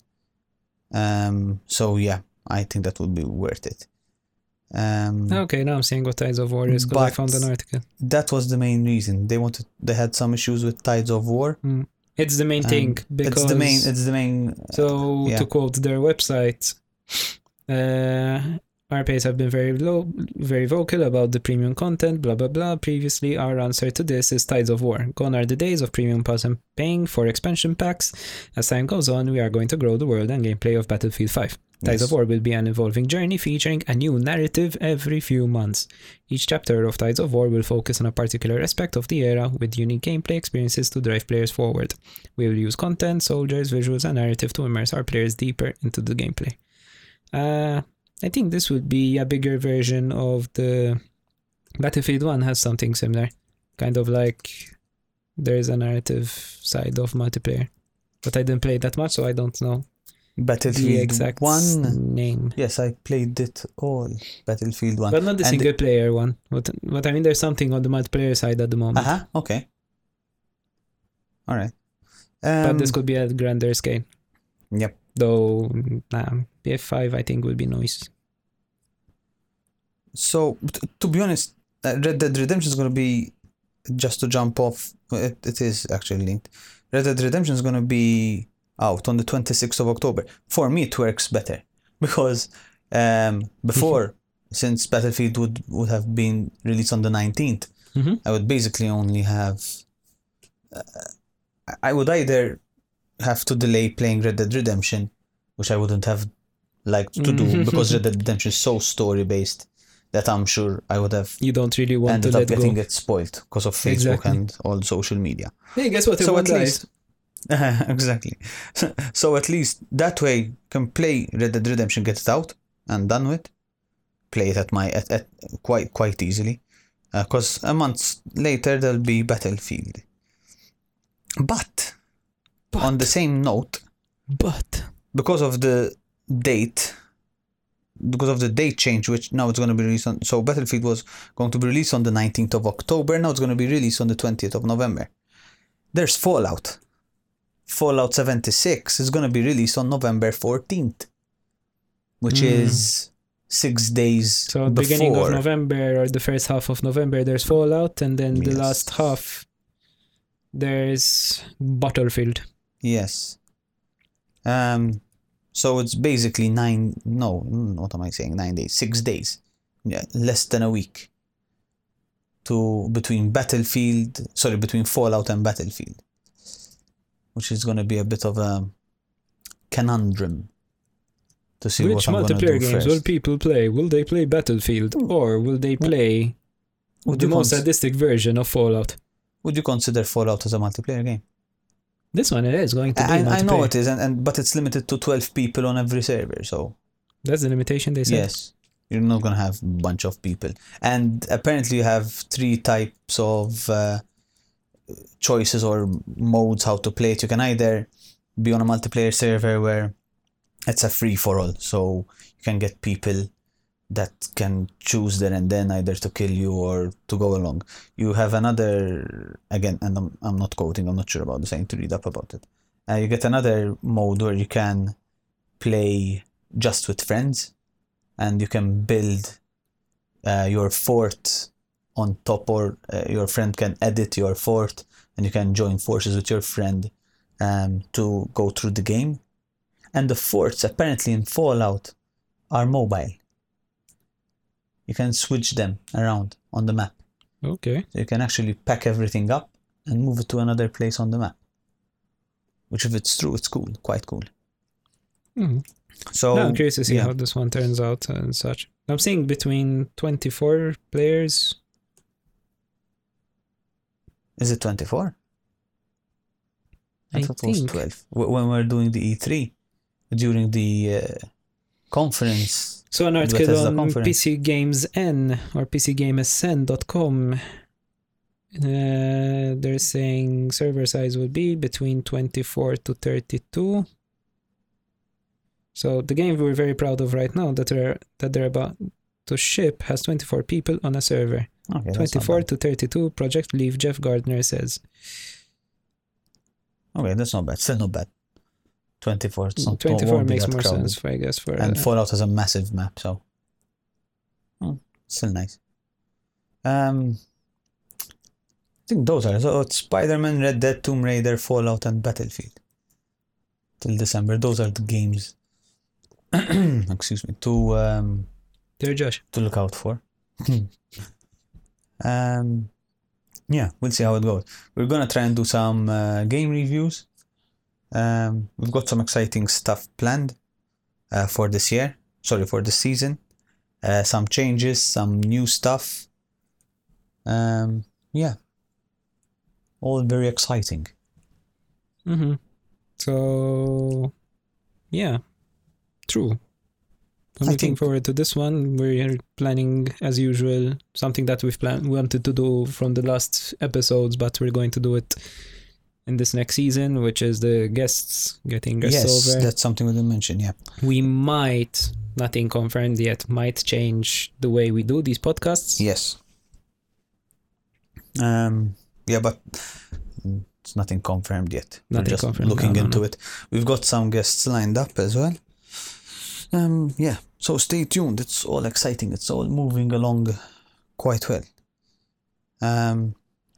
Um, so yeah, I think that would be worth it. Um, okay now I'm seeing what Tides of War is because I But- found an article That was the main reason they wanted. They had some issues with Tides of War. it's the main Um, thing because it's the main. It's the main. So Yeah. to quote their website, uh, our pays have been very low, very vocal about the premium content, blah blah blah. Previously, our answer to this is Tides of War. Gone are the days of premium pass and paying for expansion packs. As time goes on, we are going to grow the world and gameplay of Battlefield 5. Tides Yes. of War will be an evolving journey featuring a new narrative every few months. Each chapter of Tides of War will focus on a particular aspect of the era with unique gameplay experiences to drive players forward. We will use content, soldiers, visuals, and narrative to immerse our players deeper into the gameplay. Uh, I think this would be a bigger version of the Battlefield 1 has something similar. Kind of like there is a narrative side of multiplayer. But I didn't play that much, so I don't know Battlefield the exact One. name. Yes, I played it all. Battlefield One. But not the And- single player one. What, what I mean, there's something on the multiplayer side at the moment. Uh huh. Okay. All right. But Um, this could be at grander scale. Yep. Though, nah, PF5 I think would be nice. so t- to be honest, uh, Red Dead Redemption is going to be just to jump off. uh, It, it is actually linked. Red Dead Redemption is going to be out on the 26th of October. For me, it works better because um, before, since Battlefield would would have been released on the 19th, Mhm. I would basically only have. Uh, I would either have to delay playing Red Dead Redemption, which I wouldn't have liked to do because Red Dead Redemption is so story based that I'm sure I would have You don't really want to ended up let getting go. it spoiled because of Facebook Exactly. and all social media. Hey, guess what? so Everyone at dies. least, exactly. so at least that way you can play Red Dead Redemption, get it out and done with. Play it at my at, at quite quite easily, because a month later there'll be Battlefield. But, But- on the same note, But because of the date. Because of the date change, which now it's going to be released on. So, Battlefield was going to be released on the 19th of October. Now it's going to be released on the 20th of November. There's Fallout. Fallout 76 is going to be released on November 14th, which is six days Hmm. so before. beginning of November or the first half of November, there's Fallout, and then the Yes. last half there's Battlefield. Yes. Um, so it's basically nine. No, mm, what am I saying? Nine days, six days yeah, less than a week to between Battlefield, sorry, between Fallout and Battlefield, which is going to be a bit of a conundrum to see Which what I'm going to do multiplayer games will first. people play? Will they play Battlefield or will they play Would the you, most cons- sadistic version of Fallout? would you consider Fallout as a multiplayer game? This one is going to be I, I know multiplayer. it is, and, and but it's limited to 12 people on every server, so That's the limitation they said. yes, you're not going to have a bunch of people. And apparently, you have three types of uh, choices or modes how to play it. You can either be on a multiplayer server where it's a free for all, so you can get people that can choose there and then either to kill you or to go along. You have another again, and I'm, I'm not quoting. I'm not sure about this. I need to read up about it. Uh, you get another mode where you can play just with friends, and you can build uh, your fort on top, or uh, your friend can edit your fort, and you can join forces with your friend um, to go through the game. And the forts apparently in Fallout are mobile. You can switch them around on the map. Okay. So you can actually pack everything up and move it to another place on the map. Which, if it's true, it's cool, quite cool. Mhm. So now I'm curious to see yeah. how this one turns out and such. I'm seeing between 24 players. Is it 24? I, I thought it was think. 12. Wh- When we we're doing the E3, during the uh, conference, So an article Bethesda on conference. PC Games N or PCGamesN.com. Uh, they're saying server size would be between 24 to 32. So the game we're very proud of right now that are that they're about to ship has 24 people on a server. okay, that's not 24 to 32 project leave jeff gardner says bad. Okay, that's not bad. Still not bad. 24. It's not, 24 won't be Hmm, makes that more crowded. sense for, i guess for And uh, Fallout has a massive map, so oh, still nice. Um, I think those are so it's Spider-Man, Red Dead, Tomb Raider, Fallout, and Battlefield till December. Those are the games. Excuse me to um, dear josh to look out for. um, yeah, we'll see how it goes. We're gonna try and do some uh, game reviews. Um, we've got some exciting stuff planned uh, for this year. Sorry, for this season. Uh, some changes, some new stuff. Um, yeah, all very exciting. mm-hmm. so yeah true i'm I looking think- forward to this one we're planning as usual something that we've planned wanted to do from the last episodes but we're going to do it in this next season which is the guests getting guests yes, over that's something we didn't mention. Yeah, we might nothing confirmed yet might change the way we do these podcasts yes. Um, yeah, but mm, it's nothing confirmed yet. We're Nothing just confirmed, Looking no, no, into no. it, we've got some guests lined up as well. Um, yeah, so stay tuned. It's all exciting. It's all moving along quite well. Um,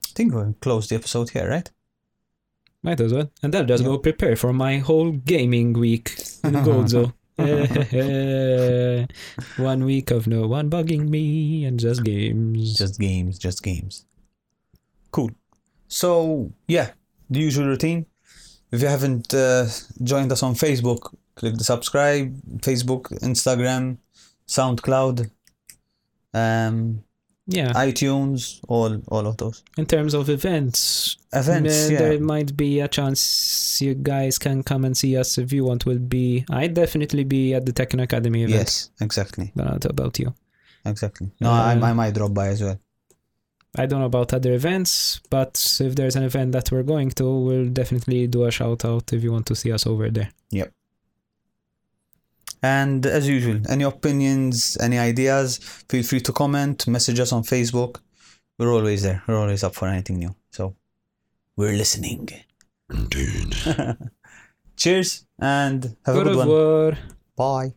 I think we'll close the episode here, right? Might as well. And I'll just Yeah. go prepare for my whole gaming week in Gozo. one week of no one bugging me and just games. Just games, just games. Cool. So, yeah, the usual routine. If you haven't uh, joined us on Facebook, click the subscribe, Facebook, Instagram, SoundCloud, um, Yeah. iTunes, all all of those. in terms of events, Events, uh, yeah. there might be a chance you guys can come and see us if you want. We'll be. I definitely be at the Techno Academy event. Yes, exactly. Don't know about you. Exactly. No, I, Uh, I might drop by as well. I don't know about other events, but if there's an event that we're going to, we'll definitely do a shout out if you want to see us over there. And as usual, any opinions, any ideas, feel free to comment, message us on Facebook. We're always there. We're always up for anything new. So we're listening. Cheers and have Au a good one. revoir. Bye.